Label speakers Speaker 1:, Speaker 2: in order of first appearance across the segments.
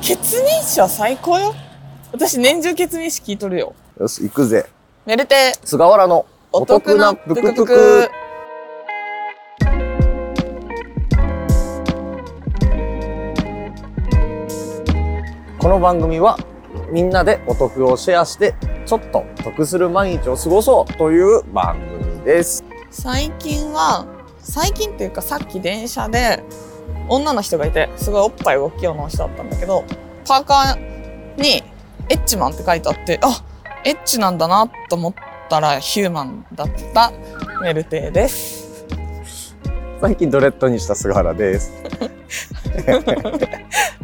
Speaker 1: 血年誌は最高よ。私、年中血年誌聞いとるよ。
Speaker 2: よし、行くぜ。
Speaker 1: メルテ、
Speaker 2: 菅原の
Speaker 1: お得なぷ
Speaker 2: ぷく
Speaker 1: く
Speaker 2: ぷ
Speaker 1: ぷ
Speaker 2: く
Speaker 1: く。
Speaker 2: この番組は、みんなでお得をシェアして、ちょっと得する毎日を過ごそうという番組です。
Speaker 1: 最近は、最近っていうかさっき電車で、女の人がいて、すごいおっぱい大きいような人だったんだけど、パーカーに、エッチマンって書いてあって、あ、エッチなんだなと思ったら、ヒューマンだったメルテです。
Speaker 2: 最近ドレッドにした菅原です。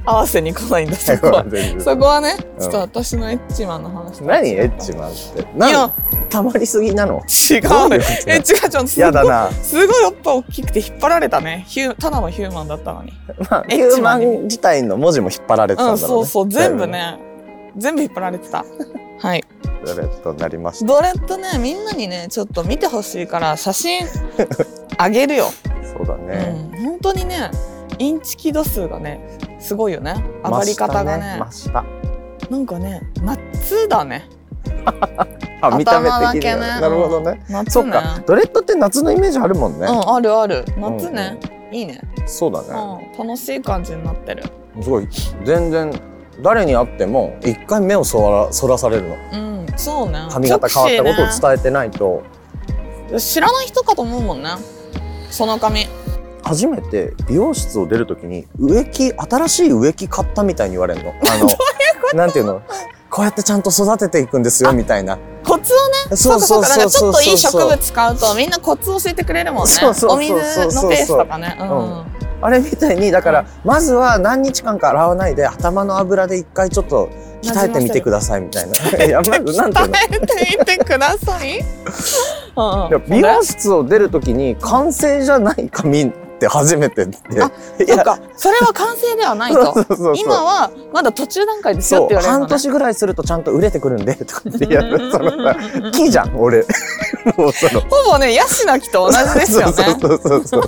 Speaker 1: 合わせに来ないんだ、そこ は。そ
Speaker 2: そ
Speaker 1: こはね、
Speaker 2: ん
Speaker 1: ちょっと私のエッチマンの話だ
Speaker 2: 何エッチマンって。
Speaker 1: い
Speaker 2: な
Speaker 1: や
Speaker 2: ん、たまりすぎなの
Speaker 1: 違
Speaker 2: どういううこ
Speaker 1: え、違う、ちょっと
Speaker 2: とやだな。
Speaker 1: すごいやっぱ大きくて引っ張られたね。ヒューただのヒューマンだったのに。
Speaker 2: まあ、ヒ
Speaker 1: エ
Speaker 2: ュ
Speaker 1: ッ
Speaker 2: ー
Speaker 1: チ
Speaker 2: マ
Speaker 1: マンに
Speaker 2: ン自体の文字も引っ張られてた
Speaker 1: うんん、
Speaker 2: だろ
Speaker 1: そう
Speaker 2: ね。
Speaker 1: うそう、全部。ね、全部引っ張られてた。はい。
Speaker 2: ドレッドになりました。
Speaker 1: ドレッドね、みんなにね、ちょっと見てほしいから、写真あげ るよ。
Speaker 2: そうだ
Speaker 1: う
Speaker 2: ね。
Speaker 1: ん、本当にね、インチキ度数がね、すごいよね。上がり方がね、
Speaker 2: 真下ね
Speaker 1: なんかね、夏だね。
Speaker 2: 真下あ、見た目
Speaker 1: 頭だ
Speaker 2: 的に
Speaker 1: け
Speaker 2: は
Speaker 1: ね
Speaker 2: ね。なるほどね。
Speaker 1: 夏
Speaker 2: そっ
Speaker 1: ね。
Speaker 2: か、ドレッドって夏のイメージあるもんね。
Speaker 1: うん、あるある。夏ね。いいね、
Speaker 2: そうだね。
Speaker 1: うん。楽しい感じになってる。
Speaker 2: すごい、全然、誰に会っても、一回目をそら、そらされるの。
Speaker 1: うん、そうね。
Speaker 2: 髪型変わったことを
Speaker 1: 直視ね
Speaker 2: 伝えてないと、
Speaker 1: 知らない人かと思うもんねその髪
Speaker 2: 初めて美容室を出るときに植木新しい植木買ったみたいに言わ れるの。あのなんていうのこうやってちゃんと育てていくんですよみたいな。
Speaker 1: コツをねそ
Speaker 2: そ
Speaker 1: うかそうかなんかちょっといい植
Speaker 2: そう
Speaker 1: 物使うとみんなコツを教えてくれるもんね
Speaker 2: そうそうそうそう
Speaker 1: お水のペースとかねうん
Speaker 2: うんあれみたいにだから、
Speaker 1: うん
Speaker 2: まずは何日間か洗わないで頭の油で一回ちょっと鍛えてみてくださいみたいな。い やまずなんていうの。い
Speaker 1: 鍛えてみてください うん
Speaker 2: や美容室を出るときに完成じゃない髪って初めてで。い
Speaker 1: そ
Speaker 2: や
Speaker 1: っかそれは完成ではない
Speaker 2: そうそ
Speaker 1: と
Speaker 2: うそうそう。
Speaker 1: 今はまだ途中段階ですよ
Speaker 2: そ
Speaker 1: っ
Speaker 2: う
Speaker 1: て言われるの
Speaker 2: 半
Speaker 1: ね
Speaker 2: 年ぐらいするとちゃんと売れてくるんでとかってや
Speaker 1: うんうん
Speaker 2: るその
Speaker 1: うん
Speaker 2: さ
Speaker 1: うんうん
Speaker 2: 木じゃん俺もうその
Speaker 1: ほぼねヤシの木と同じですよね
Speaker 2: そうそうそうそう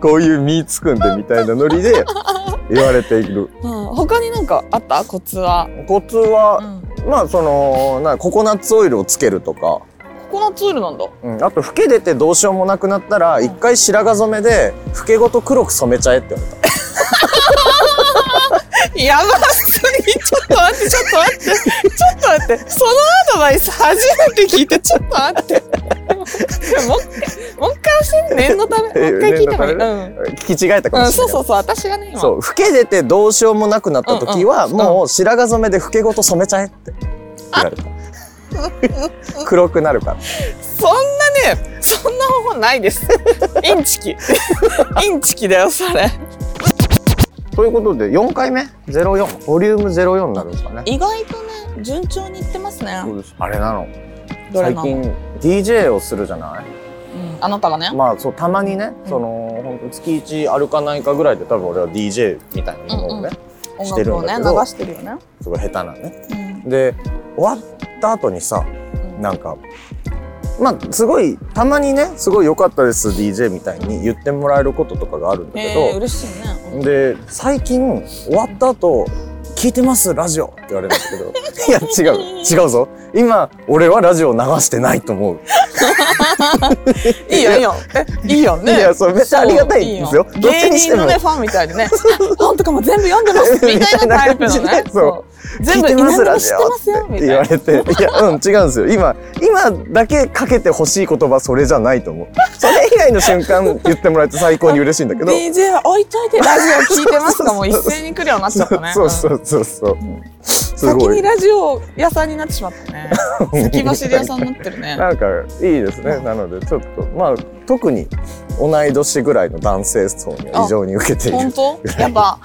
Speaker 2: こういう身つくんでみたいなノリで言われている
Speaker 1: うん他になんかあったコツは
Speaker 2: コツ
Speaker 1: う
Speaker 2: は、
Speaker 1: ん
Speaker 2: まあそのなココナッツオイルをつけるとか、
Speaker 1: ココナッツオイルなんだ
Speaker 2: うん、あと老け出てどうしようもなくなったら
Speaker 1: ん
Speaker 2: 一回白髪染めで老けごと黒く染めちゃえって言われた
Speaker 1: やばすぎちょっと待ってちょっと待ってちょっと待ってそのアドバイス初めて聞いてちょっと待ってもう一回もう一回教えて念のためもう一回聞いてもいい、
Speaker 2: え念のた
Speaker 1: うん
Speaker 2: 聞き違えたか
Speaker 1: う
Speaker 2: も
Speaker 1: ん、
Speaker 2: し
Speaker 1: そうそ
Speaker 2: れない、
Speaker 1: うそう私がね今
Speaker 2: そう老け出てどうしようもなくなった時は、
Speaker 1: うんうん
Speaker 2: もう白髪染めで老けごと染めちゃえって言われ た黒くなるから
Speaker 1: そんなねそんな方法ないですインチキインチキだよそれ
Speaker 2: ということで4回目04ボリューム04になるんですかね
Speaker 1: 意外とね順調にいってますね
Speaker 2: そうですあれなの
Speaker 1: どれ
Speaker 2: 最
Speaker 1: なの
Speaker 2: 近 DJ をするじゃない
Speaker 1: うんあなたがね、
Speaker 2: まあそうたまにね、
Speaker 1: うん
Speaker 2: その本当月1歩かないかぐらいで多分俺は DJ みたいなものをね、し
Speaker 1: 音
Speaker 2: てる
Speaker 1: 楽
Speaker 2: ん
Speaker 1: を
Speaker 2: だ
Speaker 1: ね
Speaker 2: け
Speaker 1: 流
Speaker 2: ど
Speaker 1: してるよね、
Speaker 2: すごい下手なね
Speaker 1: うん
Speaker 2: で終わった後にさ
Speaker 1: うん
Speaker 2: なんかまあすごいたまにねすごい良かったです DJ みたいに言ってもらえることとかがあるんだけ
Speaker 1: えー、
Speaker 2: ど、
Speaker 1: 嬉しいね
Speaker 2: で最近終わった後聞いてますラジオって言われるんです けどいや違う違うぞ今俺はラジオ流してないと思う
Speaker 1: いいよいいよえいいよね
Speaker 2: いや、そう、めっちゃありがたいんですよ。
Speaker 1: そう
Speaker 2: どっちに
Speaker 1: 芸
Speaker 2: して
Speaker 1: 人
Speaker 2: も
Speaker 1: の。ね、ファンみたいでね、 本とかも全部読んでます みたいなタイプの
Speaker 2: みたいな感じ
Speaker 1: ね
Speaker 2: で。
Speaker 1: そう。全部
Speaker 2: 聞いてま
Speaker 1: 何
Speaker 2: す
Speaker 1: で
Speaker 2: ラ
Speaker 1: も
Speaker 2: ジ
Speaker 1: 知ってますよ、
Speaker 2: オっ
Speaker 1: みた
Speaker 2: て
Speaker 1: い
Speaker 2: 言わ
Speaker 1: な。
Speaker 2: れて、いや、うん、違うんですよ。今、今だけかけてほしい言葉、それじゃないと思う。それ以外の瞬間言ってもらえて最高に嬉しいんだけど。
Speaker 1: DJ は置いといてラジオ聞いてますかもう 一
Speaker 2: そうそうそう
Speaker 1: 斉に来るようになっちゃったね。
Speaker 2: そうそうそうそう。す
Speaker 1: 先
Speaker 2: ご
Speaker 1: に
Speaker 2: い。
Speaker 1: ラジオ屋さんになってしまった ね。先走り屋さんになってるね。
Speaker 2: なんか、 いいですね。なので、ちょっと、まあ、特に同い年ぐらいの男性層には異常に受けている
Speaker 1: 本。当やっぱ、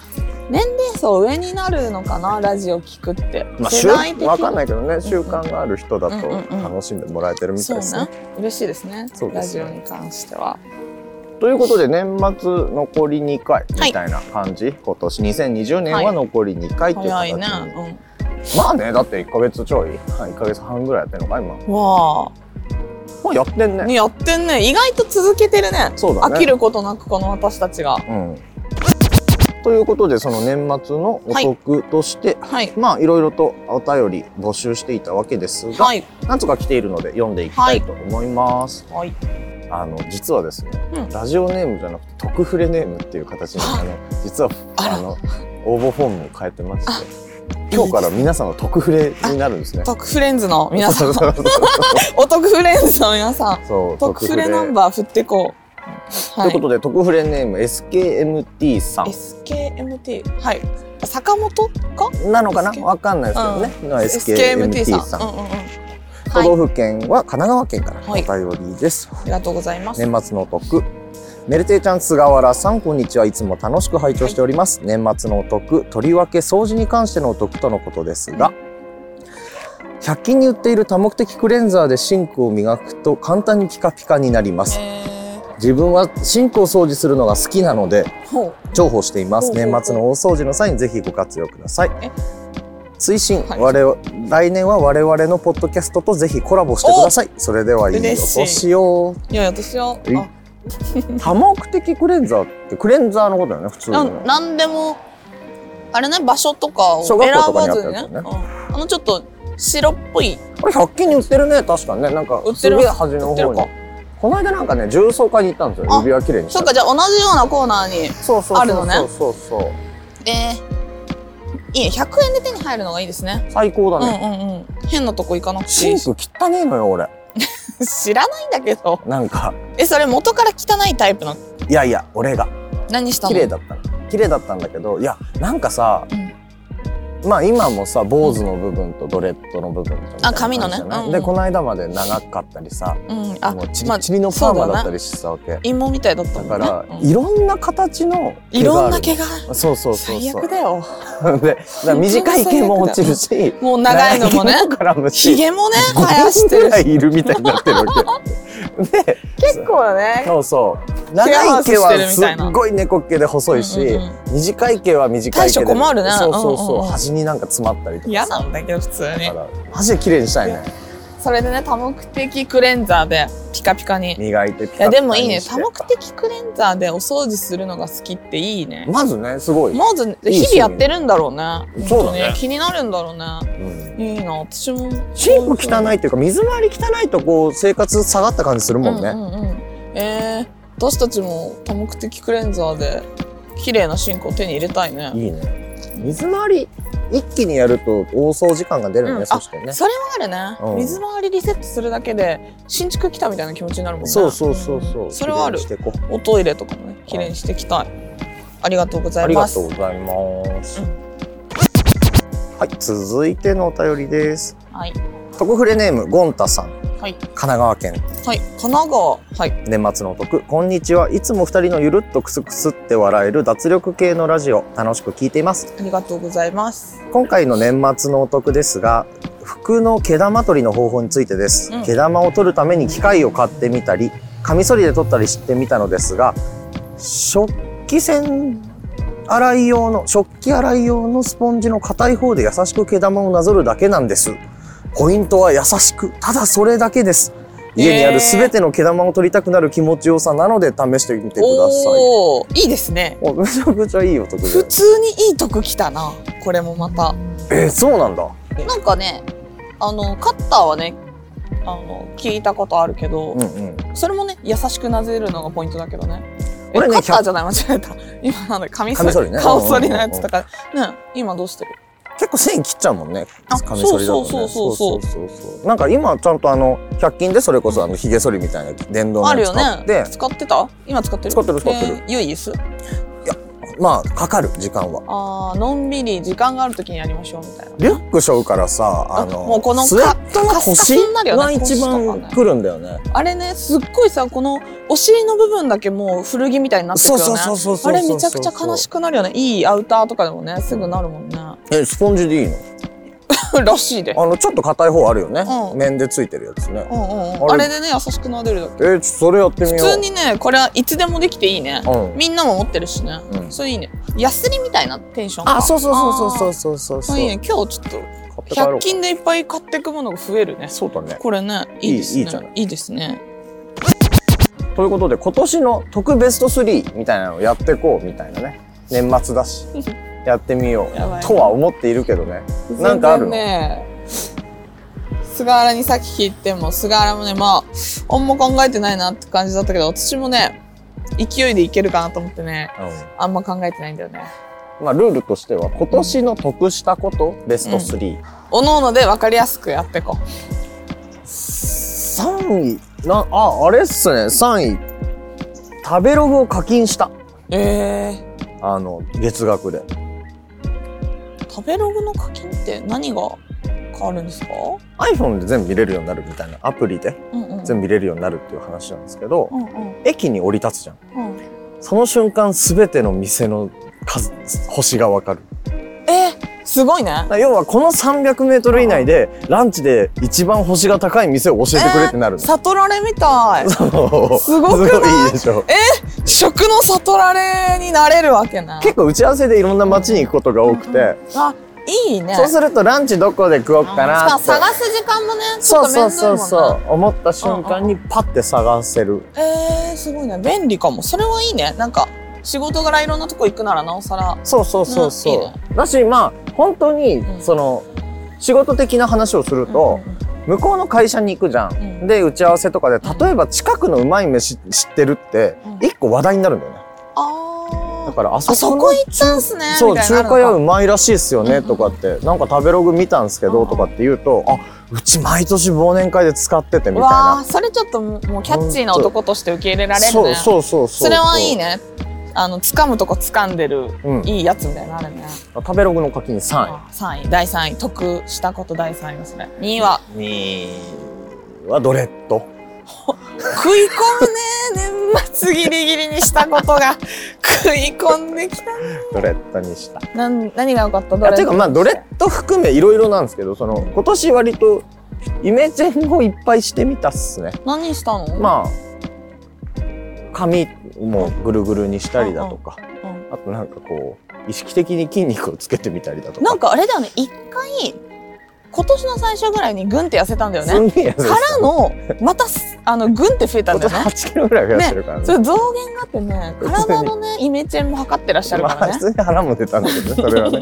Speaker 1: 年齢層上になるのかな、ラジオ聞くって。
Speaker 2: まあ、
Speaker 1: 世
Speaker 2: 習
Speaker 1: 代的
Speaker 2: わかんない
Speaker 1: い。
Speaker 2: けどね、習慣がある人だ
Speaker 1: うんうん
Speaker 2: と
Speaker 1: うん
Speaker 2: 楽しんでもらえてるみた
Speaker 1: そ
Speaker 2: いうですね
Speaker 1: ね。。嬉しいですね
Speaker 2: そう。で
Speaker 1: ラ
Speaker 2: す
Speaker 1: ジ
Speaker 2: ね
Speaker 1: オに関しては。
Speaker 2: ということで年末残り2回みたいな感じ、今年2020年は残り2回という
Speaker 1: 早
Speaker 2: 形に、
Speaker 1: いね。うん。
Speaker 2: まあねだって1ヶ月ちょい1ヶ月半ぐらいやってんのか今も
Speaker 1: わあ。
Speaker 2: うやってんね
Speaker 1: ね、やってんね意外と続けてるね
Speaker 2: そうだね
Speaker 1: 飽きることなくこの私たちが
Speaker 2: うんということでその年末の予測として、
Speaker 1: はい。
Speaker 2: まあいろいろとお便り募集していたわけですが、
Speaker 1: はい。
Speaker 2: なんとか来ているので読んでいきたいと思います。
Speaker 1: はい。
Speaker 2: あの実はですね、
Speaker 1: うん
Speaker 2: ラジオネームじゃなくて特フレネームっていう形にあの実は
Speaker 1: あら
Speaker 2: あの応募フォームを変えてまして今日から皆さんは特フレになるんですね。
Speaker 1: 特フレンズの皆さん、
Speaker 2: そう そうそう
Speaker 1: お得フレンズの皆さん、
Speaker 2: そ う
Speaker 1: 特フレナン
Speaker 2: バ
Speaker 1: バー振ってこう。
Speaker 2: ーということで特フレネーム SKMT さ
Speaker 1: SKMT はい坂本か
Speaker 2: んなのかな
Speaker 1: SK
Speaker 2: わかんないですけどね。の SKMT さん。
Speaker 1: うんうんうん
Speaker 2: 都
Speaker 1: はい
Speaker 2: 道府県は神奈川県から
Speaker 1: はい
Speaker 2: お便りです。
Speaker 1: ありがとうございます
Speaker 2: 年末のお得メルテイちゃん菅原さんこんにちはいつも楽しく拝聴しております、年末のお得とりわけ掃除に関してのお得とのことですが100均に売っている多目的クレンザーでシンクを磨くと簡単にピカピカになります
Speaker 1: え
Speaker 2: 自分はシンクを掃除するのが好きなので
Speaker 1: ー、ほう
Speaker 2: 重宝しています
Speaker 1: ほうほう
Speaker 2: 年末の大掃除の際にぜひご活用ください
Speaker 1: え
Speaker 2: 推進、
Speaker 1: はい
Speaker 2: 我々来年は我々のポッドキャストとぜひコラボしてくださいそれではいいお
Speaker 1: 嬉しい
Speaker 2: 年を
Speaker 1: いや私は
Speaker 2: えい多目的クレンザーってクレンザーのことだよね普通
Speaker 1: あな
Speaker 2: の
Speaker 1: んなんでもあれね場所とかを
Speaker 2: 小
Speaker 1: 選
Speaker 2: 学校とか
Speaker 1: ば
Speaker 2: にあった
Speaker 1: ず
Speaker 2: や
Speaker 1: に
Speaker 2: つ
Speaker 1: ね
Speaker 2: だよね
Speaker 1: うんあのちょっと白っぽい
Speaker 2: あれ100均に売ってるね確かにねなんか
Speaker 1: 売って
Speaker 2: す
Speaker 1: る
Speaker 2: げえ端の
Speaker 1: 売って
Speaker 2: 方
Speaker 1: る
Speaker 2: に
Speaker 1: か
Speaker 2: この間なんかね重曹買いに行ったんですよ
Speaker 1: あ
Speaker 2: 指輪きれいにし
Speaker 1: そ
Speaker 2: た
Speaker 1: っかじゃあ同じようなコーナーに
Speaker 2: そうそう
Speaker 1: あるのね
Speaker 2: そうそうそう
Speaker 1: えー、いいね100円で手に入るのがいいですね
Speaker 2: 最高
Speaker 1: うんう
Speaker 2: だね、
Speaker 1: んうん変なとこ行かなくて
Speaker 2: シ
Speaker 1: いい
Speaker 2: ン
Speaker 1: し
Speaker 2: ク汚ねえのよ俺
Speaker 1: 知らないんだけど
Speaker 2: なんか
Speaker 1: えそれ元から汚いタイプの
Speaker 2: いやいや俺が
Speaker 1: 何したの
Speaker 2: 綺麗だったの綺麗だったんだけどいやなんかさ、
Speaker 1: うん
Speaker 2: まあ今もさ坊主の部分とドレッドの部分とみたいな
Speaker 1: あ髪のね
Speaker 2: 感じじゃない
Speaker 1: うんうん
Speaker 2: でこの間まで長かったりさ
Speaker 1: うんあ
Speaker 2: もうチ
Speaker 1: まあ
Speaker 2: リチリのパーマ
Speaker 1: そ
Speaker 2: だった
Speaker 1: うだな
Speaker 2: りしてたわけ、
Speaker 1: 陰謀みたいだった
Speaker 2: だ
Speaker 1: もん
Speaker 2: か
Speaker 1: ね
Speaker 2: ら、
Speaker 1: うん
Speaker 2: いろんな形の
Speaker 1: いろんな
Speaker 2: 毛
Speaker 1: 毛が
Speaker 2: がそうそうそう
Speaker 1: 最
Speaker 2: そ
Speaker 1: 悪
Speaker 2: う
Speaker 1: だよ。
Speaker 2: でだから短い毛も落ちるし
Speaker 1: もう長いのもね、
Speaker 2: 長い毛絡む
Speaker 1: ひ
Speaker 2: し
Speaker 1: げもね、
Speaker 2: 5
Speaker 1: 生やし
Speaker 2: 人
Speaker 1: て
Speaker 2: ぐ
Speaker 1: る
Speaker 2: ら
Speaker 1: し。
Speaker 2: いいるみたいになってるわけ で
Speaker 1: 結構ね、
Speaker 2: そうそう
Speaker 1: ェアハ
Speaker 2: 長い
Speaker 1: ウスし
Speaker 2: 毛
Speaker 1: て
Speaker 2: は
Speaker 1: るみ
Speaker 2: す
Speaker 1: たいな
Speaker 2: っごい猫っ毛で細いし、
Speaker 1: うんうん
Speaker 2: 短い毛は短い毛で
Speaker 1: 大将困るね
Speaker 2: そうそうそう,、
Speaker 1: うんうんうん
Speaker 2: 端になんか詰まったりとか
Speaker 1: 嫌
Speaker 2: さ
Speaker 1: なんだけど普通
Speaker 2: だ
Speaker 1: に
Speaker 2: か。らマジで綺麗にしたいね
Speaker 1: それでね、多目的クレンザーでピカピカに。い
Speaker 2: 磨いてピカピカ
Speaker 1: やでもいいね、
Speaker 2: にして
Speaker 1: 多目的クレンザーでお掃除するのが好きっていいね。
Speaker 2: まずねすごい、
Speaker 1: まず日
Speaker 2: いい
Speaker 1: 々やってるんだろうね。
Speaker 2: そうだね
Speaker 1: 本当に気になるんだろうね。
Speaker 2: うん
Speaker 1: いいな、私も。
Speaker 2: シンク汚いっていうか水回り汚いとこう生活下がった感じするもんね、
Speaker 1: うんうんうんえー、私たちも多目的クレンザーで綺麗なシンクを手に入れたいね。
Speaker 2: いいね水回り一気にやると大掃除感が出るね、
Speaker 1: うん
Speaker 2: そしてね
Speaker 1: それはあるね、
Speaker 2: うん
Speaker 1: 水回りリセットするだけで新築来たみたいな気持ちになるもんね
Speaker 2: そうそうそうそう、
Speaker 1: んそれはある
Speaker 2: 綺麗にしてこう
Speaker 1: おトイレとかもね綺麗にしていきたいありがとうござ
Speaker 2: あ
Speaker 1: い
Speaker 2: りが
Speaker 1: ま
Speaker 2: と
Speaker 1: す
Speaker 2: うございます、
Speaker 1: うん
Speaker 2: はい続いてのお便りです
Speaker 1: はい
Speaker 2: 特フレネームゴンタさん
Speaker 1: はい
Speaker 2: 神奈川県
Speaker 1: はい神奈川はい
Speaker 2: 年末のお得こんにちはいつも二人のゆるっとクスクスって笑える脱力系のラジオ楽しく聞いています
Speaker 1: ありがとうございます
Speaker 2: 今回の年末のお得ですが服の毛玉取りの方法についてです、
Speaker 1: うん
Speaker 2: 毛玉を取るために機械を買ってみたりカミソリで取ったりしてみたのですが食器洗洗い用の食器洗い用のスポンジの硬い方で優しく毛玉をなぞるだけなんですポイントは優しくただそれだけです家にある全ての毛玉を取りたくなる気持ちよさなので試してみてください
Speaker 1: おーいいですね
Speaker 2: おめちゃくちゃいいお得で
Speaker 1: 普通にいいとこ来たなこれもまた
Speaker 2: えーそうなんだ
Speaker 1: なんかねあのカッターはねあの聞いたことあるけど、
Speaker 2: うんうん
Speaker 1: それもね優しくなぜるのがポイントだけどね。え
Speaker 2: 俺ね
Speaker 1: カッターじゃない間違えた。 今なんだカミソ
Speaker 2: カミソ
Speaker 1: リ
Speaker 2: リね
Speaker 1: 顔剃りのやつとかね今どうしてる？
Speaker 2: 結構線切っちゃうもんね。
Speaker 1: あ
Speaker 2: カミソリだとね。
Speaker 1: そうそうそうそう
Speaker 2: そうそうそうなんか今ちゃんとあの100均でそれこそあの髭剃りみたいな電動の
Speaker 1: ある
Speaker 2: やつ
Speaker 1: よ
Speaker 2: 買
Speaker 1: ね
Speaker 2: って、。
Speaker 1: 使ってた？今使ってる？
Speaker 2: 使ってる使ってる
Speaker 1: えーユイス？
Speaker 2: まあかかる時間は。
Speaker 1: あーのんびり時間がある時にやりましょうみたいな。
Speaker 2: リュック背負うからさ、あの
Speaker 1: あもうこの
Speaker 2: スウェットの
Speaker 1: カスカス
Speaker 2: 腰
Speaker 1: になるよね
Speaker 2: が一
Speaker 1: 腰と
Speaker 2: 番
Speaker 1: かね
Speaker 2: くるんだよね。
Speaker 1: あれねすっごいさこのお尻の部分だけもう古着みたいになってくよ
Speaker 2: そう
Speaker 1: ね。
Speaker 2: そうそうそうそう。
Speaker 1: あれめちゃくちゃ悲しくなるよね。いいアウターとかでもねすぐなるもん ね。
Speaker 2: えスポンジでいいの？
Speaker 1: らしいで。
Speaker 2: あのちょっと硬い方あるよね。
Speaker 1: うん
Speaker 2: 面でついてるやつね
Speaker 1: う。んうんうん。
Speaker 2: あ
Speaker 1: あ
Speaker 2: れ
Speaker 1: れでね優しくなでるだけ。
Speaker 2: えー、ちょっとそれやってみ
Speaker 1: 普
Speaker 2: よう。
Speaker 1: 通にねこれはいつでもできていいね。
Speaker 2: うん。
Speaker 1: みんなも持ってるしね。
Speaker 2: うん
Speaker 1: それいいね。ヤスリみたいなテンションか
Speaker 2: あ、そうそうそうそうそうそうそう。
Speaker 1: あーいいね。今日ちょっ
Speaker 2: 買っ
Speaker 1: と
Speaker 2: て帰ろう
Speaker 1: 100。均でいっぱい買っていくものが増えるね。
Speaker 2: そうだね。
Speaker 1: これね、いいですね。
Speaker 2: いいいいじゃない
Speaker 1: いいですね。
Speaker 2: ということで今年の特ベスト3みたいなのをやっていこうみたいなね年末 だしやってみよ
Speaker 1: やばいう
Speaker 2: とは思っているけどねなんかあるの
Speaker 1: 全然ね菅原にさっき聞いても菅原もねまああんま考えてないなって感じだったけど私もね勢いでいけるかなと思ってねあんま考えてないんだよね
Speaker 2: まあルールとしては今年の得したことベスト3、
Speaker 1: おのおので分かりやすくやっていこ
Speaker 2: 3位なああれっすね3位食べログを課金した
Speaker 1: うえー、
Speaker 2: あの月額で
Speaker 1: 食べログの課金って何が変わるんですか
Speaker 2: iPhone で全部見れるようになるみたいなアプリで
Speaker 1: うんうん
Speaker 2: 全部見れるようになるっていう話なんですけど、
Speaker 1: うんうん
Speaker 2: 駅に降り立つじゃん
Speaker 1: うん
Speaker 2: その瞬間全ての店の数星がわかる
Speaker 1: えー、すごいね
Speaker 2: だから要はこの 300m 以内でランチで一番星が高い店を教えてくれってなるの、
Speaker 1: 悟られみたい
Speaker 2: そう
Speaker 1: すごくない
Speaker 2: すごいいいでしょ
Speaker 1: 食の悟られになれるわけね
Speaker 2: 結構打ち合わせでいろんな街に行くことが多くて、
Speaker 1: あいいね
Speaker 2: そうするとランチどこで食おうかな
Speaker 1: あ
Speaker 2: って
Speaker 1: しかも探す時間もねちょ
Speaker 2: そ
Speaker 1: っ
Speaker 2: う
Speaker 1: と面
Speaker 2: そ
Speaker 1: 倒いもん
Speaker 2: うそう
Speaker 1: な
Speaker 2: そう思った瞬間にパッて探せる、
Speaker 1: えー、すごいね便利かもそれはいいねなんか仕事柄いろんなとこ行くならなおさら
Speaker 2: そうそうそうそう、
Speaker 1: うんいい
Speaker 2: だしまあ本当に
Speaker 1: うん
Speaker 2: その、仕事的な話をすると、向こうの会社に行くじゃん、
Speaker 1: うん
Speaker 2: で打ち合わせとかで
Speaker 1: うん
Speaker 2: 例えば近くのうまい飯知ってるって
Speaker 1: うん
Speaker 2: 一個話題になるんだよね
Speaker 1: あ
Speaker 2: だ
Speaker 1: ー
Speaker 2: からあそ
Speaker 1: あそ
Speaker 2: この
Speaker 1: こ行ったんすね
Speaker 2: そう
Speaker 1: みたいになるの
Speaker 2: 中華
Speaker 1: か
Speaker 2: 屋うまいらしいっすよ
Speaker 1: うんう
Speaker 2: ね
Speaker 1: ん
Speaker 2: とかってなんか食べログ見たんすけ
Speaker 1: うん
Speaker 2: ど
Speaker 1: うん
Speaker 2: とかって言うとあうち毎年忘年会で使っててみ
Speaker 1: う
Speaker 2: たい
Speaker 1: わー
Speaker 2: な
Speaker 1: それちょっともうもうキャッチーな男として受け入れられるね
Speaker 2: そうそうそうそう
Speaker 1: それはいいねあの掴むとこ掴んでる
Speaker 2: うん
Speaker 1: いいやつみたいなのあるね、
Speaker 2: 食べログの課金3
Speaker 1: 3位第3位得したこと第3位がそれ2位は
Speaker 2: 位2位はドレッド
Speaker 1: 食い込むね年末ギリギリにしたことが食い込んできた
Speaker 2: ドレッドにした
Speaker 1: なん何が良かった
Speaker 2: いやていうかまあドレッド含めいろいろなんですけどその今年割とイメチェンをいっぱいしてみたっすね
Speaker 1: 何したの
Speaker 2: まあ髪もぐるぐるにしたりだとか
Speaker 1: うん
Speaker 2: あとなんかこう意識的に筋肉をつけてみたりだとか
Speaker 1: なんかあれだよね一回今年の最初ぐらいにグンって痩せたんだよね
Speaker 2: すんげえ痩せて
Speaker 1: か
Speaker 2: た
Speaker 1: らのまたすあのグンって増えたん
Speaker 2: 今
Speaker 1: だよ
Speaker 2: 年
Speaker 1: ね
Speaker 2: 8キロぐらい痩せてるからね
Speaker 1: それ増減があってね
Speaker 2: 普通に
Speaker 1: 体の ねイメチェンも測ってらっしゃるか
Speaker 2: まあ
Speaker 1: ら
Speaker 2: 普
Speaker 1: ね
Speaker 2: 通に腹も出たんだ けどねそれはね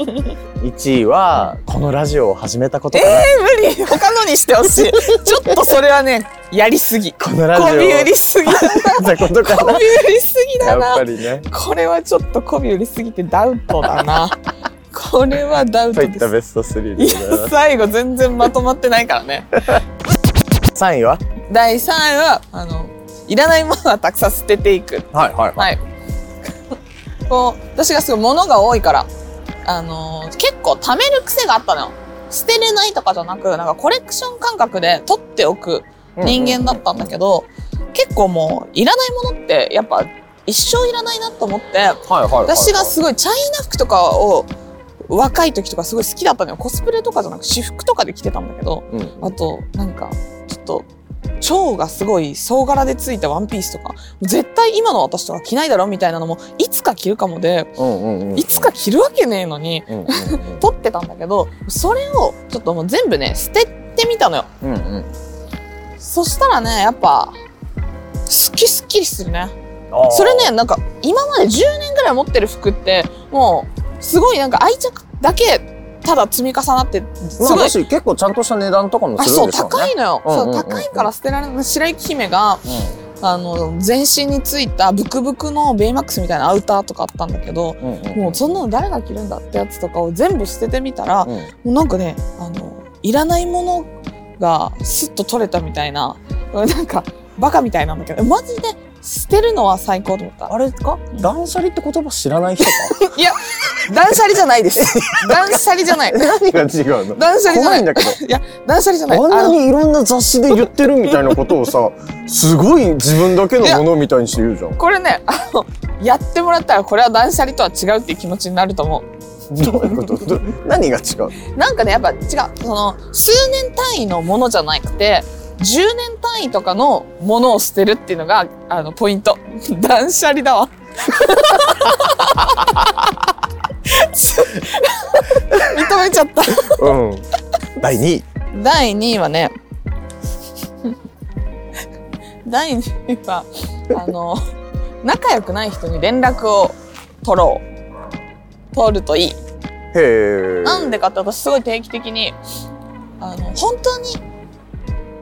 Speaker 2: 1位はこのラジオを始めたことかな、
Speaker 1: 無理他のにしてほしいちょっとそれはねやりすぎ
Speaker 2: このラジオ
Speaker 1: 媚
Speaker 2: を
Speaker 1: び売
Speaker 2: 始
Speaker 1: りすぎだ
Speaker 2: めたことか
Speaker 1: 媚
Speaker 2: な
Speaker 1: び売りすぎだ
Speaker 2: やっぱ
Speaker 1: な
Speaker 2: りね
Speaker 1: これはちょっと媚び売りすぎてダウトだなこれはダウト
Speaker 2: とい
Speaker 1: で
Speaker 2: った
Speaker 1: す
Speaker 2: ベスト3で
Speaker 1: い
Speaker 2: ございま
Speaker 1: や最後全然まとまってないからね
Speaker 2: す3位は
Speaker 1: 第3位はあのいらないものはたくさん捨てていく
Speaker 2: はいはい
Speaker 1: はいこう私がすごい物が多いからあの結構貯める癖があったのよ捨てれないとかじゃなくなんかコレクション感覚で取っておく人間だったんだけど、結構もういらないものってやっぱ一生いらないなと思って
Speaker 2: はいはいはいはい
Speaker 1: 私がすごいチャイナ服とかを若い時とかすごい好きだったのよコスプレとかじゃなく私服とかで着てたんだけど
Speaker 2: うん
Speaker 1: あとなんかちょっと蝶がすごい総柄でついたワンピースとか絶対今の私とか着ないだろみたいなのもいつか着るかもで
Speaker 2: うんうんうんうん
Speaker 1: いつか着るわけねえのに
Speaker 2: うんうんうん
Speaker 1: 取ってたんだけどそれをちょっともう全部ね捨ててみたのよ
Speaker 2: うんうん
Speaker 1: そしたらねやっぱすっきりすっきりするね
Speaker 2: あー
Speaker 1: それねなんか今まで10年ぐらい持ってる服ってもうすごいなんか愛着だけただ積み重なってす
Speaker 2: まあ
Speaker 1: ごい、
Speaker 2: だし結構ちゃんとした値段とかも
Speaker 1: あ、
Speaker 2: する
Speaker 1: そ
Speaker 2: ん
Speaker 1: う
Speaker 2: でしょうね
Speaker 1: 高いのよ、
Speaker 2: うんうんうん
Speaker 1: そう高いから捨てられない白雪姫があの全身についたブクブクのベイマックスみたいなアウターとかあったんだけど
Speaker 2: うんうんうん
Speaker 1: もうそんなの誰が着るんだってやつとかを全部捨ててみたら、も
Speaker 2: うん
Speaker 1: うなんかねあのいらないものがスッと取れたみたいななんかバカみたいなんだけどマジで捨てるのは最高と思った
Speaker 2: あれか断捨離って言葉知らない人 か
Speaker 1: 断捨離じゃ ないです。断捨離じゃない。
Speaker 2: 何が違うの
Speaker 1: 断捨離じゃ
Speaker 2: 怖
Speaker 1: ない
Speaker 2: ん
Speaker 1: い。
Speaker 2: だけど
Speaker 1: 断捨離じゃない。
Speaker 2: あんな
Speaker 1: の
Speaker 2: にいろんな雑誌で言ってるみたいなことをさすごい自分だけのものみたいにして言うじゃん
Speaker 1: これね、あの、やってもらったらこれは断捨離とは違うっていう気持ちになると思う。
Speaker 2: どういうことど 何が違う
Speaker 1: なんかね、やっぱ違う。その、数年単位のものじゃなくて、10年単位とかのものを捨てるっていうのが、あの、ポイント。 断捨離だわ。認めちゃった。
Speaker 2: うん第2位
Speaker 1: 第2位はね第2位はあの仲良くない人に連絡を取ろう通るといい。
Speaker 2: へえ。
Speaker 1: なんでかって私すごい定期的に、あの、本当に、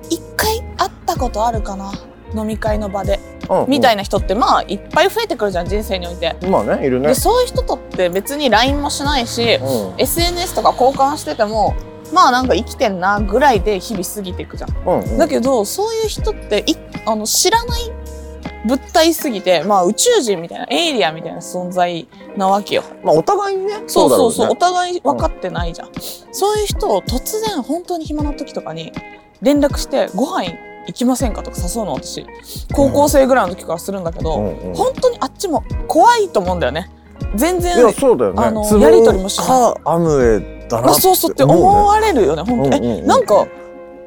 Speaker 1: 一回会ったことあるかな飲み会の場で。
Speaker 2: うんうん
Speaker 1: みたいな人って、まあ、いっぱい増えてくるじゃん、人生において。
Speaker 2: まあね、いるね
Speaker 1: で、。そういう人とって別に LINE もしないし、
Speaker 2: う
Speaker 1: SNS とか交換してても、まあなんか生きてんなぐらいで日々過ぎていくじゃん。
Speaker 2: ん。うん。
Speaker 1: だけど、そういう人って、いあの、知らない物体すぎて、まあ宇宙人みたいな、エイリアンみたいな存在なわけよ。
Speaker 2: まあお互いにね。
Speaker 1: そうそうそう、
Speaker 2: だろ
Speaker 1: お互い分かってないじゃん。そういう人を突然本当に暇な時とかに連絡して、ご飯行きませんかとか誘うの私、高校生ぐらいの時からするんだけど、
Speaker 2: うねうんうん
Speaker 1: 本当にあっちも怖いと思うんだよね。全然
Speaker 2: い、や、そうだよね。
Speaker 1: あの
Speaker 2: 都合
Speaker 1: やり取りもしない
Speaker 2: か、アムウェイだな
Speaker 1: あ、そうそうって思われるよね、
Speaker 2: う
Speaker 1: 本
Speaker 2: ね
Speaker 1: 当に。
Speaker 2: うんうんう
Speaker 1: え、なんか、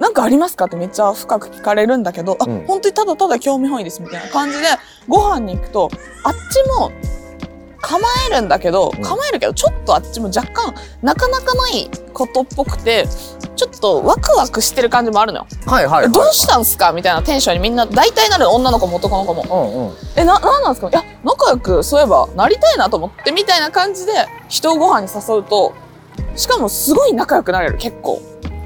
Speaker 1: なんかありますかってめっちゃ深く聞かれるんだけど、あ、
Speaker 2: うん
Speaker 1: 本当にただただ興味本位ですみたいな感じで、ご飯に行くと、あっちも構えるんだけど、
Speaker 2: うん
Speaker 1: 構えるけど、ちょっとあっちも若干、なかなかないことっぽくて、ちょっとワクワクしてる感じもあるのよ。
Speaker 2: はいはい、はい。
Speaker 1: どうしたんすかみたいなテンションにみんな、大体なる女の子も男の子も。
Speaker 2: うんうん。
Speaker 1: え、な、なんなんですかいや、仲良く、そういえば、なりたいなと思って、みたいな感じで、人をご飯に誘うと、しかもすごい仲良くなれる、結構。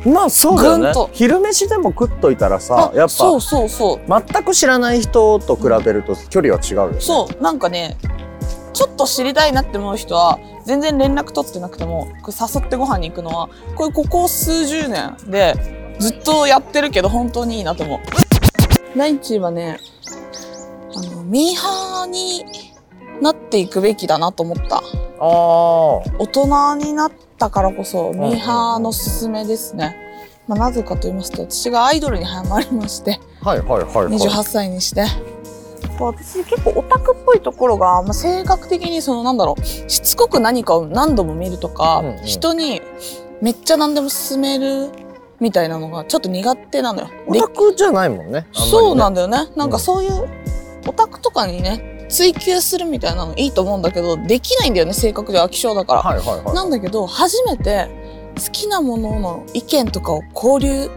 Speaker 2: まあそうだよ
Speaker 1: ぐ
Speaker 2: ね
Speaker 1: んと。
Speaker 2: 昼飯でも食っといたらさ、やっ
Speaker 1: そう
Speaker 2: ぱ
Speaker 1: そうそう。
Speaker 2: 全く知らない人と比べると距離は違うよね。
Speaker 1: そう、なんかね、ちょっと知りたいなって思う人は、全然連絡取ってなくても、これ誘ってご飯に行くのは、これここ数十年で、ずっとやってるけど、本当にいいなと思う。第一位はね、あの、ミーハーになっていくべきだなと思った。
Speaker 2: あ
Speaker 1: 大人になったからこそミーハーのすすめですね、まあ、なぜかと言いますと私がアイドルにハマりまして
Speaker 2: あ。はいはいはい、はい。
Speaker 1: 28歳にして私結構オタクっぽいところが、まあ、性格的にそのなんだろうしつこく何かを何度も見るとか、
Speaker 2: うんうん
Speaker 1: 人にめっちゃ何でも勧めるみたいなのがちょっと苦手なのよ。
Speaker 2: オタクじゃないもんね。あんまりね
Speaker 1: そうなんだよね。なんかそういう、オタクとかにね、追求するみたいなのいいと思うんだけど、できないんだよね、性格では飽き性だから。
Speaker 2: はいはいはい。
Speaker 1: なんだけど初めて好きなものの意見とかを交流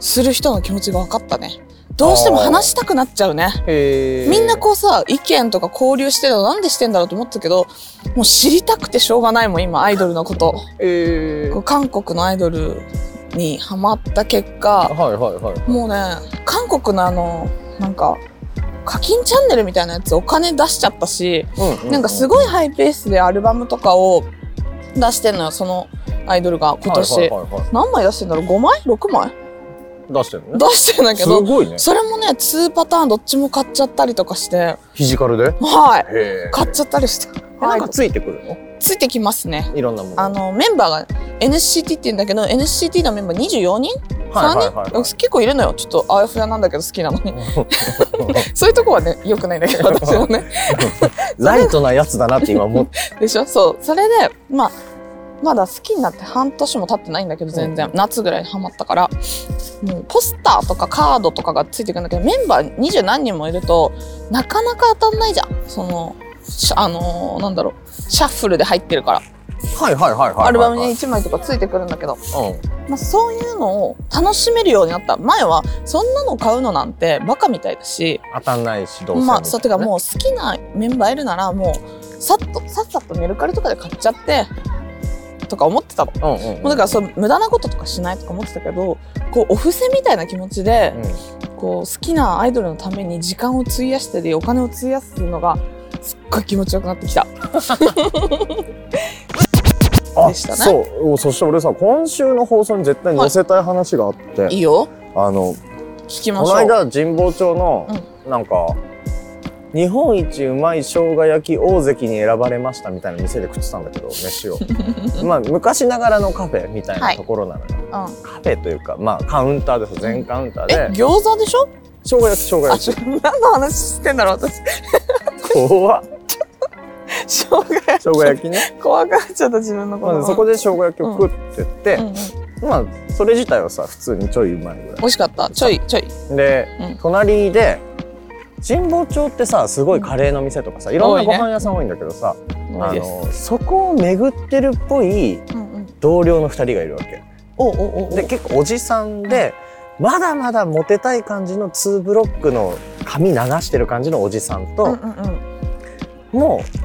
Speaker 1: する人の気持ちが分かったね。どうしても話したくなっちゃうね。
Speaker 2: へー
Speaker 1: みんなこうさ、意見とか交流してるのなんでしてんだろうと思ってたけど、もう知りたくてしょうがないもん、今、アイドルのこと。
Speaker 2: へー
Speaker 1: こう韓国のアイドルにハマった結果、
Speaker 2: はいはいはい。
Speaker 1: もうね、韓国のあの、なんか、課金チャンネルみたいなやつお金出しちゃったし、
Speaker 2: うん
Speaker 1: なんかす
Speaker 2: い
Speaker 1: ごいハイペースでアルバムとかを出してんのよ、そのアイドルが今年。
Speaker 2: はいはいはいは
Speaker 1: 何枚出してんだろう ?5 枚 ?6 枚
Speaker 2: い、出してるね。
Speaker 1: 出してんだけ
Speaker 2: す
Speaker 1: ど、
Speaker 2: ごいね。
Speaker 1: それもね、2パターンどっちも買っちゃったりとかして、
Speaker 2: フィジカルで。
Speaker 1: はい。
Speaker 2: へえ。
Speaker 1: 買っちゃったりして。
Speaker 2: え
Speaker 1: は
Speaker 2: ないんかついてくるの？
Speaker 1: ついてきますね。
Speaker 2: いろんなもの。
Speaker 1: あの、メンバーが NCT って言うんだけど、NCT のメンバー24人
Speaker 2: はい
Speaker 1: ?3
Speaker 2: はい
Speaker 1: 人、
Speaker 2: はいはい。
Speaker 1: 結構いるのよ。ちょっとあやふやなんだけど好きなのに。そういうとこはね、良くないんだけど、私もね。
Speaker 2: ライトなやつだなって今 思って。
Speaker 1: でしょそう。それで、まあ、まだ好きになって半年も経ってないんだけど、全然。
Speaker 2: う
Speaker 1: 夏ぐらいにハマったから。もう、ポスターとかカードとかがついてくるんだけど、メンバー二十何人もいると、なかなか当たんないじゃん。その、しあのーなんだろう。シャッフルで入ってるから。
Speaker 2: はいはいはいはいはい。
Speaker 1: アルバムに
Speaker 2: うん。
Speaker 1: 1枚とかついてくるんだけど、まあ、そういうのを楽しめるようになった。前は、そんなの買うのなんてバカみたいだし、
Speaker 2: 当たんないしどうせみたいなね。
Speaker 1: まあ、そうてかもう好きなメンバーいるならもうさっとさっさとメルカリとかで買っちゃってとか思ってたの。
Speaker 2: うんうんうん。
Speaker 1: もうだからそう無駄なこととかしないとか思ってたけどこうお布施みたいな気持ちで
Speaker 2: う
Speaker 1: こ
Speaker 2: ん
Speaker 1: う好きなアイドルのために時間を費やしたりお金を費やすのがすっごい気持ちよくなってきた。
Speaker 2: あ
Speaker 1: でしたね
Speaker 2: そうおそして俺さ今週の放送に絶対載せたい話があって、
Speaker 1: いいよ
Speaker 2: あの
Speaker 1: 聞きま
Speaker 2: こ
Speaker 1: し
Speaker 2: の
Speaker 1: ょう。
Speaker 2: 間神保町の、なんか日本一うまい生姜焼き大関に選ばれましたみたいな店で食ってたんだけど 飯をまあ昔ながらのカフェみたい
Speaker 1: は
Speaker 2: ないところなのよ、
Speaker 1: うん、
Speaker 2: カフェというかまあカウンターです全カウンター
Speaker 1: え
Speaker 2: で
Speaker 1: 餃子でしょ
Speaker 2: 生姜焼き生姜
Speaker 1: あ
Speaker 2: 焼
Speaker 1: ちょ何の話してんだろう私
Speaker 2: き怖っ
Speaker 1: 生姜焼
Speaker 2: 生姜焼 きね、
Speaker 1: き怖くなっちゃった自分のこ
Speaker 2: ま
Speaker 1: と
Speaker 2: あ、そこで生姜焼きを食ってって、
Speaker 1: うんうん
Speaker 2: まあそれ自体はさ普通にちょいうまいぐらい
Speaker 1: 美味しかったちょいちょい
Speaker 2: で、
Speaker 1: うん
Speaker 2: 隣で神保町ってさすごいカレーの店とかさいろんなご飯屋さん多いんだけどさ、
Speaker 1: 多
Speaker 2: あ
Speaker 1: いです。
Speaker 2: のそこを巡ってるっぽい
Speaker 1: うんうん
Speaker 2: 同僚の2人がいるわけ
Speaker 1: おうおうおうおう
Speaker 2: で結構おじさんでまだまだモテたい感じの2ブロックの髪流してる感じのおじさん
Speaker 1: うん
Speaker 2: と、
Speaker 1: うんうん
Speaker 2: もう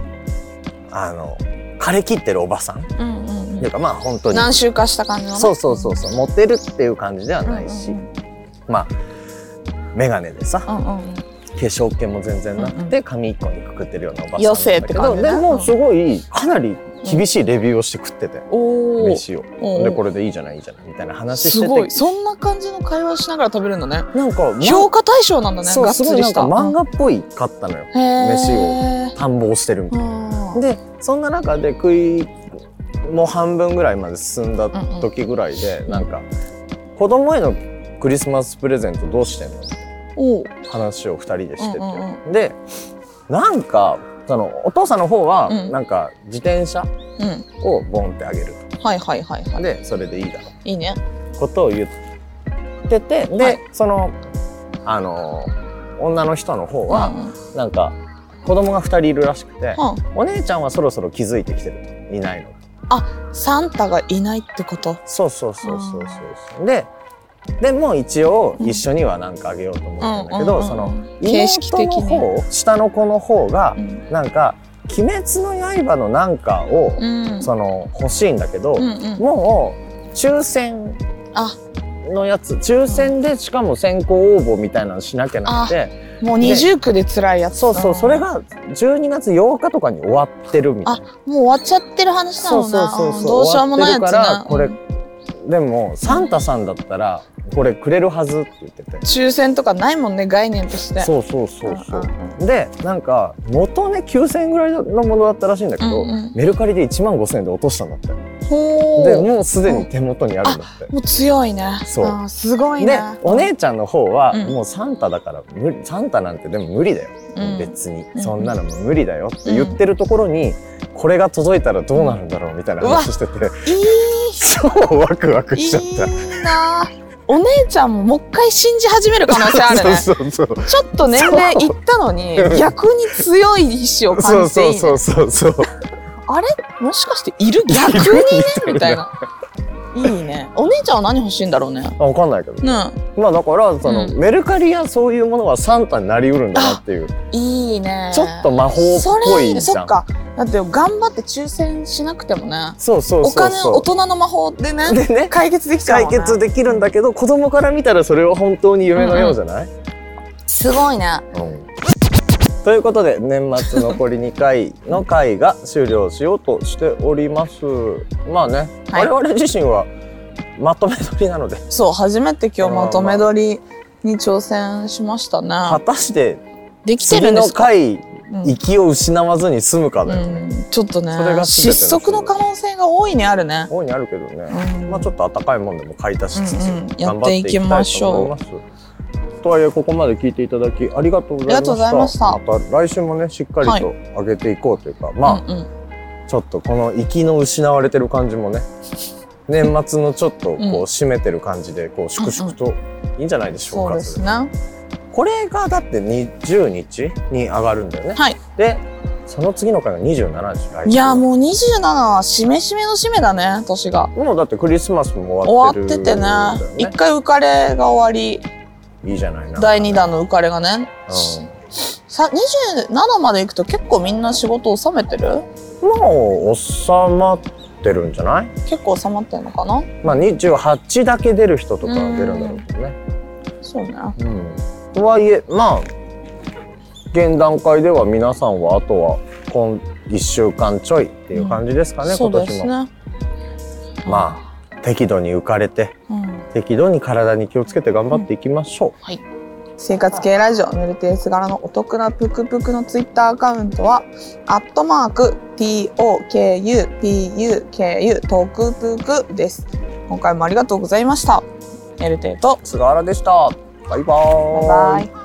Speaker 2: あの枯れ切ってるおばさんって
Speaker 1: うんうん
Speaker 2: いうかまあ本当に
Speaker 1: 何周かした感じのね
Speaker 2: そうそうそうそうモテるっていう感じでは
Speaker 1: うん
Speaker 2: ないし、まあ眼鏡でさ
Speaker 1: うんうんうん
Speaker 2: 化粧系も全然なく
Speaker 1: うん
Speaker 2: て髪一個にくくってるようなおばさん
Speaker 1: 余生って感じね
Speaker 2: だけどでもすごいかなり厳しいレビューをして食ってて
Speaker 1: おー
Speaker 2: 飯を
Speaker 1: おー
Speaker 2: でこれでいいじゃないいいじゃないみたいな話し
Speaker 1: す
Speaker 2: て
Speaker 1: ごい
Speaker 2: て
Speaker 1: そんな感じの会話しながら食べるんだね
Speaker 2: なんかま
Speaker 1: 評価対象なんだね
Speaker 2: そう
Speaker 1: がっつ
Speaker 2: すごい
Speaker 1: り
Speaker 2: な
Speaker 1: し
Speaker 2: ん
Speaker 1: た
Speaker 2: か漫画っぽいかったのよ飯
Speaker 1: を
Speaker 2: 探訪してるみたい
Speaker 1: うん
Speaker 2: なでそんな中で食いもう半分ぐらいまで進んだ時ぐらいで
Speaker 1: ん
Speaker 2: なんか子供へのクリスマスプレゼントどうしてんの
Speaker 1: おう
Speaker 2: 話を2人でしてて、
Speaker 1: うんうん
Speaker 2: でなんかそのお父さんの方は、
Speaker 1: うん
Speaker 2: なんか自転車
Speaker 1: うん
Speaker 2: をボンってあげる
Speaker 1: はいはいはい
Speaker 2: と
Speaker 1: はい
Speaker 2: でそれでいいだろう
Speaker 1: いいね
Speaker 2: ことを言っててで、
Speaker 1: はい
Speaker 2: そのあの女の人の方
Speaker 1: う
Speaker 2: は、
Speaker 1: んうん
Speaker 2: なんか子供が2人いるらしくて、
Speaker 1: は
Speaker 2: お姉ちゃんはそろそろ気づいてきてるといないのが
Speaker 1: あサンタがいないってこと
Speaker 2: そうそうそうそうそうそうででも一応
Speaker 1: うん
Speaker 2: 一緒にはなんかあげようと思ってんだけど、その
Speaker 1: 形式的
Speaker 2: 妹の
Speaker 1: に
Speaker 2: 方下の子の方が
Speaker 1: うん
Speaker 2: なんか「鬼滅の刃」のなんかを、
Speaker 1: うん
Speaker 2: その欲しいんだけど、
Speaker 1: うんうん
Speaker 2: もう抽選
Speaker 1: あ
Speaker 2: のやつ抽選でしかも先行応募みたいなのしなきゃなくて
Speaker 1: もう二重苦で辛いやつ
Speaker 2: そうそうそれ
Speaker 1: も
Speaker 2: が12月8日とかに終わってるみたいな
Speaker 1: う終わっちゃってる話だ
Speaker 2: そ
Speaker 1: も
Speaker 2: うんそう
Speaker 1: な
Speaker 2: そうそ
Speaker 1: ん
Speaker 2: う
Speaker 1: どうしようもないやつ
Speaker 2: 終わってるから
Speaker 1: な
Speaker 2: これ、
Speaker 1: うん
Speaker 2: でもサンタさんだったらこれくれるはずって言ってて、
Speaker 1: 抽選とかないもんね概念として
Speaker 2: そうそうそうそう
Speaker 1: うんうん
Speaker 2: でなんか元ね9,000円ぐらいのものだったらしいんだけど、
Speaker 1: うんうん
Speaker 2: メルカリで1万5,000円で落としたんだって
Speaker 1: ほ
Speaker 2: で
Speaker 1: う
Speaker 2: もうすでに手元にあるんだって。
Speaker 1: もう強いね
Speaker 2: そうん
Speaker 1: すごい
Speaker 2: で
Speaker 1: ね
Speaker 2: お姉ちゃんの方は、
Speaker 1: うん
Speaker 2: もうサンタだから無理サンタなんてでも無理だよ、
Speaker 1: うん
Speaker 2: 別に
Speaker 1: うん
Speaker 2: そんなのもう無理だよって言ってるところに、これが届いたらどうなるんだろうみたいな話してて、
Speaker 1: いい
Speaker 2: そうワクワク
Speaker 1: い
Speaker 2: し
Speaker 1: い
Speaker 2: ちゃった。
Speaker 1: なぁお姉ちゃんももう一回信じ始める可能性あるね
Speaker 2: そうそうそう
Speaker 1: ちょっと年齢いったのに
Speaker 2: そう
Speaker 1: 逆に強い意志を
Speaker 2: そ
Speaker 1: 感
Speaker 2: う
Speaker 1: じてい
Speaker 2: そ
Speaker 1: いうね
Speaker 2: そうそうそう
Speaker 1: あれもしかしている逆にねみたいないいねお姉ちゃんは何欲しいんだろうね
Speaker 2: あわかんないけど、
Speaker 1: ね
Speaker 2: まあだからその、
Speaker 1: う
Speaker 2: メルカリやそういうものはサンタになりうるんだなっていう
Speaker 1: いいね
Speaker 2: ちょっと魔法っぽいじゃん
Speaker 1: それそっかだって頑張って抽選しなくてもね
Speaker 2: そうそう
Speaker 1: お
Speaker 2: そう
Speaker 1: 金
Speaker 2: そう
Speaker 1: 大人の魔法でね
Speaker 2: でね
Speaker 1: 解決できちゃう
Speaker 2: 解
Speaker 1: もんね
Speaker 2: 決できるんだけど子供から見たらそれは本当に夢のようじゃない、
Speaker 1: すごいね
Speaker 2: ということで年末残り2回の回が終了しようとしておりますまあね、
Speaker 1: はい
Speaker 2: 我々自身はまとめ取りなので
Speaker 1: そう初めて今日まとめ撮りに挑戦しましたね
Speaker 2: 果たして
Speaker 1: できて
Speaker 2: 次
Speaker 1: るんで
Speaker 2: の
Speaker 1: すか、
Speaker 2: 回
Speaker 1: うん
Speaker 2: 息を失わずに済むかだよね、
Speaker 1: うんちょっとね
Speaker 2: それが全ての
Speaker 1: 失速の可能性が大いにあるね、
Speaker 2: 大いにあるけどね、
Speaker 1: うん
Speaker 2: まあちょっと温かいもんでも買い足しつつ、
Speaker 1: うんうんや
Speaker 2: 頑
Speaker 1: っ
Speaker 2: 張ってて
Speaker 1: い
Speaker 2: い
Speaker 1: き
Speaker 2: き
Speaker 1: ま
Speaker 2: ま
Speaker 1: し
Speaker 2: し
Speaker 1: ょう
Speaker 2: ょうと思いますとはいえここまで聞いていただきありがとうございました
Speaker 1: ありがとうございました
Speaker 2: 来週もねしっかり
Speaker 1: はい
Speaker 2: と上げていこうというか、まあ、
Speaker 1: うんうん
Speaker 2: ちょっとこの息の失われてる感じ もね年末のちょっとこう
Speaker 1: うん
Speaker 2: 締めてる感じでこう粛々といいんじゃないでしょう
Speaker 1: そう
Speaker 2: か、
Speaker 1: ですねは
Speaker 2: これがだって20日に上がるんだよ
Speaker 1: い
Speaker 2: ねでその次の回が27日来週
Speaker 1: いやもう27はしめしめの締めだね年が
Speaker 2: もうだってクリスマスも終
Speaker 1: 終
Speaker 2: わ
Speaker 1: わ
Speaker 2: っ
Speaker 1: ってて
Speaker 2: るん
Speaker 1: てね
Speaker 2: だよ
Speaker 1: 一回浮かれが終わり
Speaker 2: いいじゃないな
Speaker 1: 第2弾の浮かれがね、
Speaker 2: うん
Speaker 1: さ27まで行くと結構みんな仕事収めてる
Speaker 2: もう収まってるんじゃない
Speaker 1: 結構収まってるのかな
Speaker 2: まあ28だけ出る人とかは出るんだろうけどね。
Speaker 1: そうね
Speaker 2: うんとはいえまあ現段階では皆さんはあとは今1週間ちょいっていう感じですかね、
Speaker 1: そう
Speaker 2: 今
Speaker 1: で
Speaker 2: 年
Speaker 1: す
Speaker 2: も。
Speaker 1: ね
Speaker 2: まあ適度に浮かれて
Speaker 1: うん
Speaker 2: 適度に体に気をつけて頑張っていきましょ
Speaker 1: 生活系ラジオぬるてすがらのお得なぷくぷくのツイッターアカウントは、アットマーク、t-o-k-u-p-u-k-u、とくぷくです。今回もありがとうございました。ぬるてと、
Speaker 2: う。菅原でしたバイバー
Speaker 1: バイバイ。